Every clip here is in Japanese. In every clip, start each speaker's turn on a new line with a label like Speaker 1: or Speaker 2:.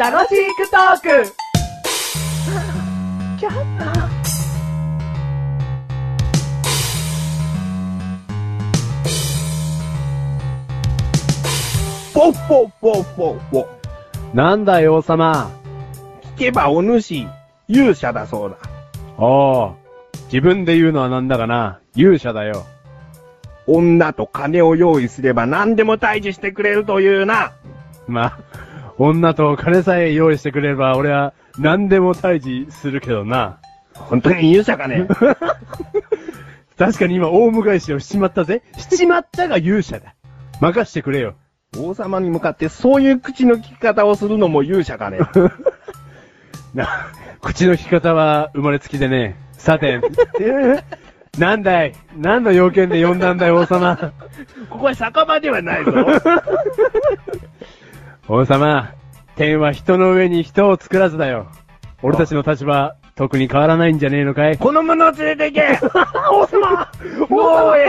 Speaker 1: 楽しくトーク
Speaker 2: ポッポッポッポッポ。
Speaker 3: なんだよ、王様。
Speaker 2: 聞けばお主、勇者だそうだ。
Speaker 3: おう。自分で言うのはなんだかな。勇者だよ。
Speaker 2: 女と金を用意すれば何でも退治してくれるというな。
Speaker 3: まあ、女と金さえ用意してくれれば、俺は何でも退治するけどな。
Speaker 2: 本当に勇者かね
Speaker 3: 確かに今、オウム返しをしちまったぜ。しちまったが勇者だ。任してくれよ。
Speaker 2: 王様に向かってそういう口の利き方をするのも勇者かね
Speaker 3: な、口の利き方は生まれつきでね。さ て、なんだい何の要件で呼んだんだよ、王様。
Speaker 2: ここは酒場ではないぞ。
Speaker 3: 王様、天は人の上に人を作らずだよ。俺たちの立場、特に変わらないんじゃねえのかい
Speaker 2: この 者を連れて行け王様牢へ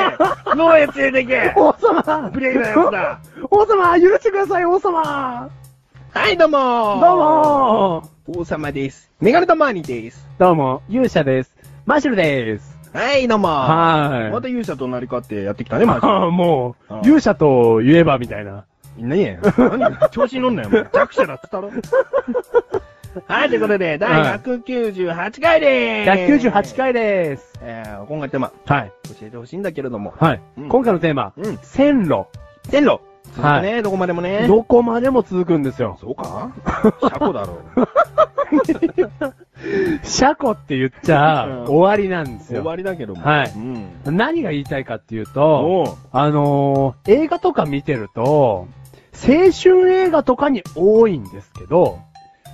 Speaker 2: 牢へ連れて行
Speaker 3: 王様
Speaker 2: け無礼な奴だ
Speaker 3: 王様許してください、王様
Speaker 2: はい、どうも
Speaker 3: どう
Speaker 2: ど
Speaker 3: も
Speaker 2: 王様です。メガネとマーニーです。
Speaker 3: どうも、勇者です。マシュルです。
Speaker 2: はい、どうも
Speaker 3: は
Speaker 2: ま
Speaker 3: ー
Speaker 2: た
Speaker 3: い。
Speaker 2: 勇者と成りかってやってきたね、マジ
Speaker 3: ああ、もう
Speaker 2: ああ、
Speaker 3: 勇者と言えばみたいな。
Speaker 2: 何や何調子乗んなよ、 もう。弱者だっつったろ。はい、ということで、第198回でーす。
Speaker 3: 198。回です。
Speaker 2: えー、今回テーマ、
Speaker 3: はい。
Speaker 2: 教えてほしいんだけれども。
Speaker 3: はい。
Speaker 2: うん
Speaker 3: 今回のテーマ、
Speaker 2: うん。
Speaker 3: 線路。
Speaker 2: 線路。
Speaker 3: は
Speaker 2: そ
Speaker 3: い
Speaker 2: うね、どこまでもね。
Speaker 3: どこまでも続くんですよ。
Speaker 2: そう か車庫だろう。
Speaker 3: 車庫って言っちゃ
Speaker 2: うん
Speaker 3: 終わりなんです
Speaker 2: 終
Speaker 3: よ。
Speaker 2: わりだけども。
Speaker 3: はい
Speaker 2: うん。
Speaker 3: 何が言いたいかっていうと、
Speaker 2: おう
Speaker 3: あのー映画とか見てると、青春映画とかに多いんですけど、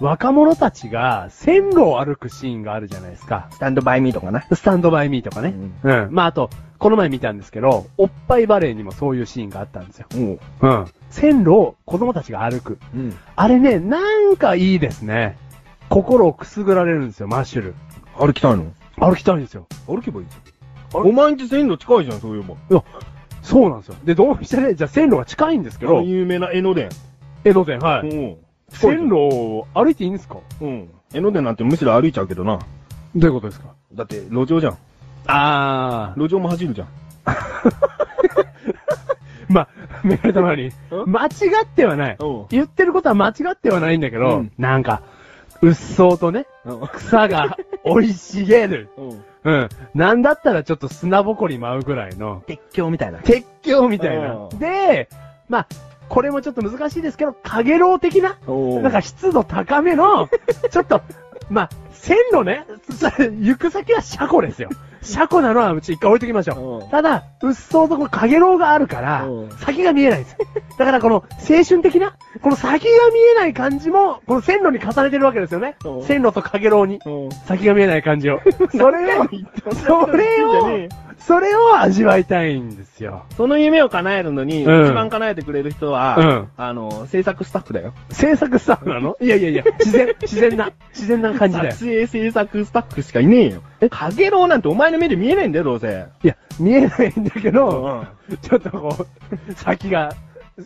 Speaker 3: 若者たちが線路を歩くシーンがあるじゃないですか。
Speaker 2: スタンドバイミーとかな。
Speaker 3: スタンドバイミーとかね。うん。まあ、あと、この前見たんですけど、おっぱいバレーにもそういうシーンがあったんですよ。
Speaker 2: うん。おう
Speaker 3: うん。線路を子供たちが歩く。
Speaker 2: うん。
Speaker 3: あれね、なんかいいですね。心をくすぐられるんですよ、マッシュル。
Speaker 2: 歩きたいの
Speaker 3: 歩きたいんですよ。
Speaker 2: 歩けばいいじゃ
Speaker 3: あ
Speaker 2: ん。
Speaker 3: れ
Speaker 2: お前んち線路近いじゃん、そういえば。
Speaker 3: そうなんですよ。で、どうしてね、じゃあ線路が近いんですけ
Speaker 2: あの
Speaker 3: ど、
Speaker 2: 有名な江ノ電。
Speaker 3: 江戸電、はい。
Speaker 2: うん。
Speaker 3: 線路を歩いていいんですか
Speaker 2: うん。江ノ電なんてむしろ歩いちゃうけどな。
Speaker 3: どういうことですか
Speaker 2: だって、路上じゃん。
Speaker 3: あー。
Speaker 2: 路上も走るじゃん。
Speaker 3: ま、メガネたまに、間違ってはない。
Speaker 2: おう
Speaker 3: 言ってることは間違ってはないんだけど、
Speaker 2: うん
Speaker 3: なんか、うっそうとね、草が生い茂る。
Speaker 2: うん。
Speaker 3: うん。なんだったらちょっと砂ぼこり舞うぐらいの、
Speaker 2: 鉄橋みたいな。
Speaker 3: 鉄橋みたいな
Speaker 2: う。ん
Speaker 3: で、まあ、これもちょっと難しいですけど、影楼的な、
Speaker 2: お
Speaker 3: なんか湿度高め の、ちょっと、まあ、線路ね、 それ行く先は車庫ですよ。車庫なのはうち一回置いときましょ
Speaker 2: うん
Speaker 3: う。ただ、うっそうとこの影楼があるから
Speaker 2: うん、
Speaker 3: 先が見えないんですよ。だからこの青春的な、この先が見えない感じも、この線路に重ねてるわけですよね
Speaker 2: うん。
Speaker 3: 線路と影楼に。
Speaker 2: うん。
Speaker 3: 先が見えない感じを。 それを、それ を、それを味わいたいんですよ。
Speaker 2: その夢を叶えるのに、
Speaker 3: うん
Speaker 2: 一番叶えてくれる人は、
Speaker 3: うん
Speaker 2: あの、制作スタッフだよ。
Speaker 3: 制作スタッフなのいやいやいや、自然、自然な、自然な感じだよ
Speaker 2: 撮。影制作スタッフしかいねえよ。え、かげろうなんてお前の目で見えないんだよ、どうせ。
Speaker 3: いや、見えないんだけど、
Speaker 2: ん。
Speaker 3: ちょっとこう、先が、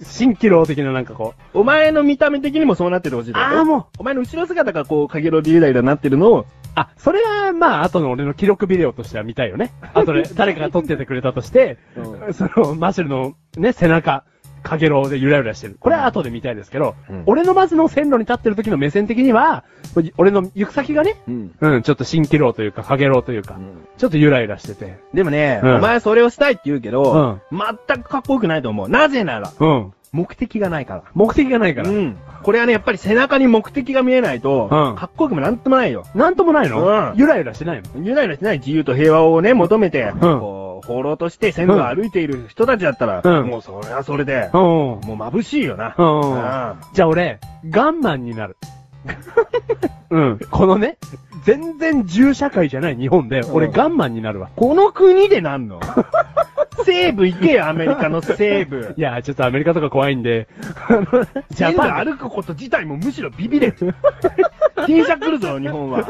Speaker 3: 蜃気楼的ななんかこう、
Speaker 2: お前の見た目的にもそうなっててほしいだろ
Speaker 3: ああもう、
Speaker 2: お前の後ろ姿がこう、かげろうリーダーになってるのを、
Speaker 3: あ、それは、まあ、後の俺の記録ビデオとしては見たいよね。あとで、誰かが撮っててくれたとして、
Speaker 2: う
Speaker 3: その、マシュルのね、背中、かげろうでゆらゆらしてる。これは後で見たいですけど、
Speaker 2: うん
Speaker 3: 俺のまずの線路に立ってる時の目線的には、俺の行く先がね、
Speaker 2: うん。
Speaker 3: うん、ちょっと蜃気楼というか、かげろうというか、ちょっとゆらゆらしてて。
Speaker 2: でもね、
Speaker 3: うん
Speaker 2: お前それをしたいって言うけど、全くかっこよくないと思う。なぜなら、
Speaker 3: うん。
Speaker 2: 目的がないから。
Speaker 3: 目的がないから。
Speaker 2: うん。これはね、やっぱり背中に目的が見えないと、
Speaker 3: うん
Speaker 2: かっこよくもなんともないよ。
Speaker 3: なんともないの、
Speaker 2: うん
Speaker 3: ゆらゆらしてないの
Speaker 2: ゆらゆらしない自由と平和をね、求めて、
Speaker 3: ん
Speaker 2: こう、放浪として線路を歩いている人たちだったら、
Speaker 3: うん
Speaker 2: もうそれはそれで、
Speaker 3: うん。
Speaker 2: もう眩しいよな。
Speaker 3: うん。じゃあ俺、ガンマンになる。うん。このね、全然銃社会じゃない日本で、俺
Speaker 2: うん
Speaker 3: ガンマンになるわ。
Speaker 2: この国でなんの 西部行けよ、アメリカの西部
Speaker 3: い。や、ちょっとアメリカとか怖い んで、あのジ
Speaker 2: 全
Speaker 3: ャ
Speaker 2: 部
Speaker 3: パン、
Speaker 2: 歩くこと自体もむしろビビれる。 停車来るぞ、日 本は。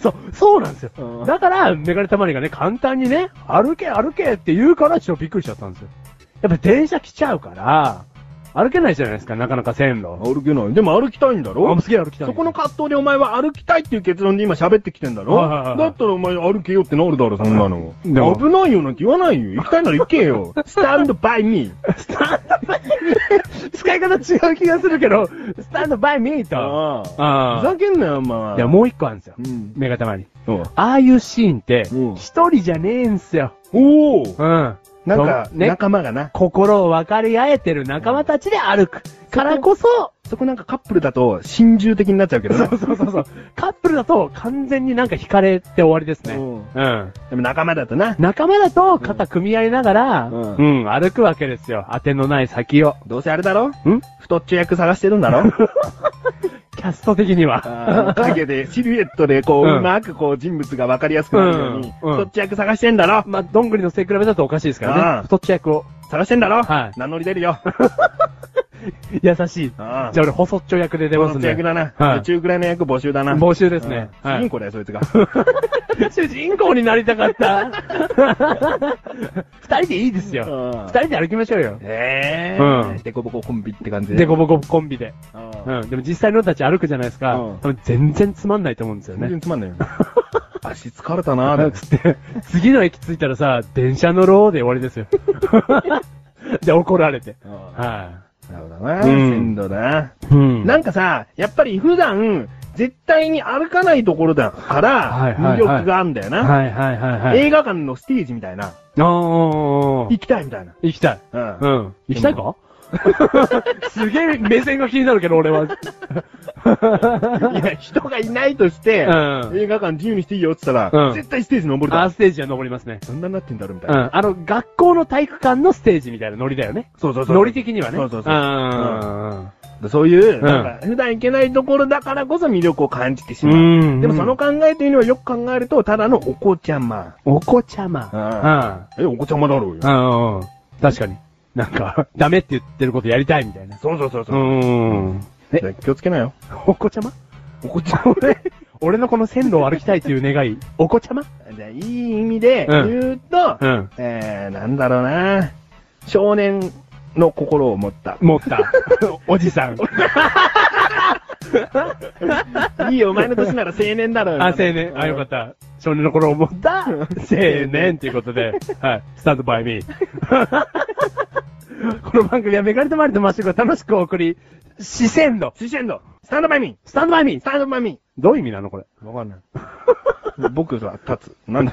Speaker 3: そう、そうなんですよ。
Speaker 2: うん
Speaker 3: だから、メガネたまりがね、簡単にね、歩け歩けって言うから、ちょっとびっくりしちゃったんですよ。やっぱ電車来ちゃうから、歩けないじゃないですか、なかなか線路。
Speaker 2: 歩けない。でも歩きたいんだろ
Speaker 3: あ、すげえ歩きたい。
Speaker 2: そこの葛藤でお前は歩きたいっていう結論で今喋ってきてんだろ、
Speaker 3: はいはいはい
Speaker 2: だったらお前歩けよってなるだろ、そんなの。
Speaker 3: うんでも
Speaker 2: 危ないよなんて言わないよ。行きたいなら行け よ。スタンドバイミー。
Speaker 3: スタンドバイミー使い方違う気がするけど、スタンドバイミーと。
Speaker 2: ああ。ふ
Speaker 3: あ
Speaker 2: ざけんなよ、お前。
Speaker 3: あ。いや、もう一個あるんですよ
Speaker 2: う。ん。
Speaker 3: 目がたまに。
Speaker 2: うん
Speaker 3: ああいうシーンって、
Speaker 2: うん
Speaker 3: 一人じゃねえんすよ。
Speaker 2: おお
Speaker 3: うん。
Speaker 2: なんか、
Speaker 3: そうね、
Speaker 2: 仲間がな。
Speaker 3: 心を分かり合えてる仲間たちで歩く。からこそ、
Speaker 2: そこなんかカップルだと、心中的になっちゃうけど
Speaker 3: そ
Speaker 2: な
Speaker 3: うそうそうそう。カップルだと完全になんか惹かれて終わりですね。
Speaker 2: うん
Speaker 3: うん。
Speaker 2: でも仲間だとな。
Speaker 3: 仲間だと肩組み合いながら、
Speaker 2: う
Speaker 3: うんん、歩くわけですよ。当てのない先を。
Speaker 2: どうせあれだろん
Speaker 3: ん
Speaker 2: 太っちょ役探してるんだろ
Speaker 3: キャスト的に
Speaker 2: あー
Speaker 3: は。
Speaker 2: 影で、シルエットで、こう、
Speaker 3: うん
Speaker 2: うまくこう、人物がわかりやすくなるように、
Speaker 3: うんうん
Speaker 2: 太っちょ役探してんだろ
Speaker 3: まあ、どんぐりの背比べだとおかしいですから
Speaker 2: ああ
Speaker 3: ね。太っちゃ役を。
Speaker 2: 探してんだろ
Speaker 3: はい
Speaker 2: 名乗り出るよ。
Speaker 3: 優しい。じ
Speaker 2: あ
Speaker 3: ゃ
Speaker 2: あ
Speaker 3: あ俺、細っちょ役で出ます
Speaker 2: 太っ
Speaker 3: ん
Speaker 2: ちょ役
Speaker 3: で。
Speaker 2: だな。
Speaker 3: は
Speaker 2: 女
Speaker 3: い
Speaker 2: 中くらいの役募集だな。
Speaker 3: 募集ですね
Speaker 2: うん
Speaker 3: はい
Speaker 2: 主人公だよ、そいつ が。
Speaker 3: 主人公になりたかった。 二人でいいですよ。
Speaker 2: うん
Speaker 3: 二人で歩きましょうよ。
Speaker 2: え
Speaker 3: う
Speaker 2: ー。
Speaker 3: ん
Speaker 2: デコボココンビって感じで。
Speaker 3: でこぼこコンビで。
Speaker 2: うん
Speaker 3: うん。でも実際の人たち歩くじゃないですか。
Speaker 2: うん
Speaker 3: 多分全然つまんないと思うんですよ
Speaker 2: 全
Speaker 3: ね。
Speaker 2: 然つま んないよ。足疲れたな
Speaker 3: あ
Speaker 2: ー
Speaker 3: つって、次の駅着いたらさ、電車乗ろうで終わりです よ。で、怒られて。
Speaker 2: な
Speaker 3: は
Speaker 2: るほどな。
Speaker 3: うん
Speaker 2: 鮮度だ。
Speaker 3: い。うん
Speaker 2: なんかさ、やっぱり普段、絶対に歩かないところだから
Speaker 3: は、いはい
Speaker 2: 魅
Speaker 3: はい
Speaker 2: 力があるんだよな。
Speaker 3: はいはいはいはい。
Speaker 2: 映画館のステージみたいな。
Speaker 3: あー
Speaker 2: 行きたいみたいな。
Speaker 3: 行きたい。
Speaker 2: うん
Speaker 3: うん。行きたいか すげえ目線が気になるけど、 俺は。
Speaker 2: いや、人がいないとして、
Speaker 3: うん
Speaker 2: 映画館自由にしていいよって言ったら、
Speaker 3: うん
Speaker 2: 絶対ステージ登るだ
Speaker 3: あ、
Speaker 2: ろ。
Speaker 3: ステージは登りますね。
Speaker 2: どんなになってんだろうみたいうな。
Speaker 3: ん。あの、学校の体育館のステージみたいなノリだよね。
Speaker 2: そうそうそう。
Speaker 3: ノリ的にはね。
Speaker 2: そうそうそう。
Speaker 3: あ
Speaker 2: でそういう、
Speaker 3: ん
Speaker 2: なんか、普段行けないところだからこそ魅力を感じてし
Speaker 3: ーう
Speaker 2: まう。
Speaker 3: ん。
Speaker 2: でもその、考えというのはよく考えると、ただのお子ちゃま。
Speaker 3: お子ちゃま。うん。
Speaker 2: え、お子ちゃまだろうよ。
Speaker 3: うんうん。確かに。なんか、 ダメって言ってることやりたいみたいな。
Speaker 2: そうそうそうそうう。
Speaker 3: ん。え、
Speaker 2: ね気をつけなよ。
Speaker 3: お子ちゃま
Speaker 2: お子ちゃま。
Speaker 3: 俺、俺のこの線路を歩きたいという願い、お子ちゃま
Speaker 2: じゃあいい意味で言うと、
Speaker 3: うん。
Speaker 2: えー、なんだろうな少年の心を持った。
Speaker 3: 持 った。おじさん。
Speaker 2: いいよ、お前の年なら青年だろ
Speaker 3: あ、青年。あ、よかった。少年の頃を持った 青年ということで、はい。スタンドバイミー。 この番組はメガネとマリとマッシュルが楽しくお送り、四川の、
Speaker 2: シシェンドスタンドバイミー
Speaker 3: スタンドバイミー
Speaker 2: スタンドバイミ
Speaker 3: どういう意味なのこれ。
Speaker 2: ーわかんない。僕は立つ。なんだ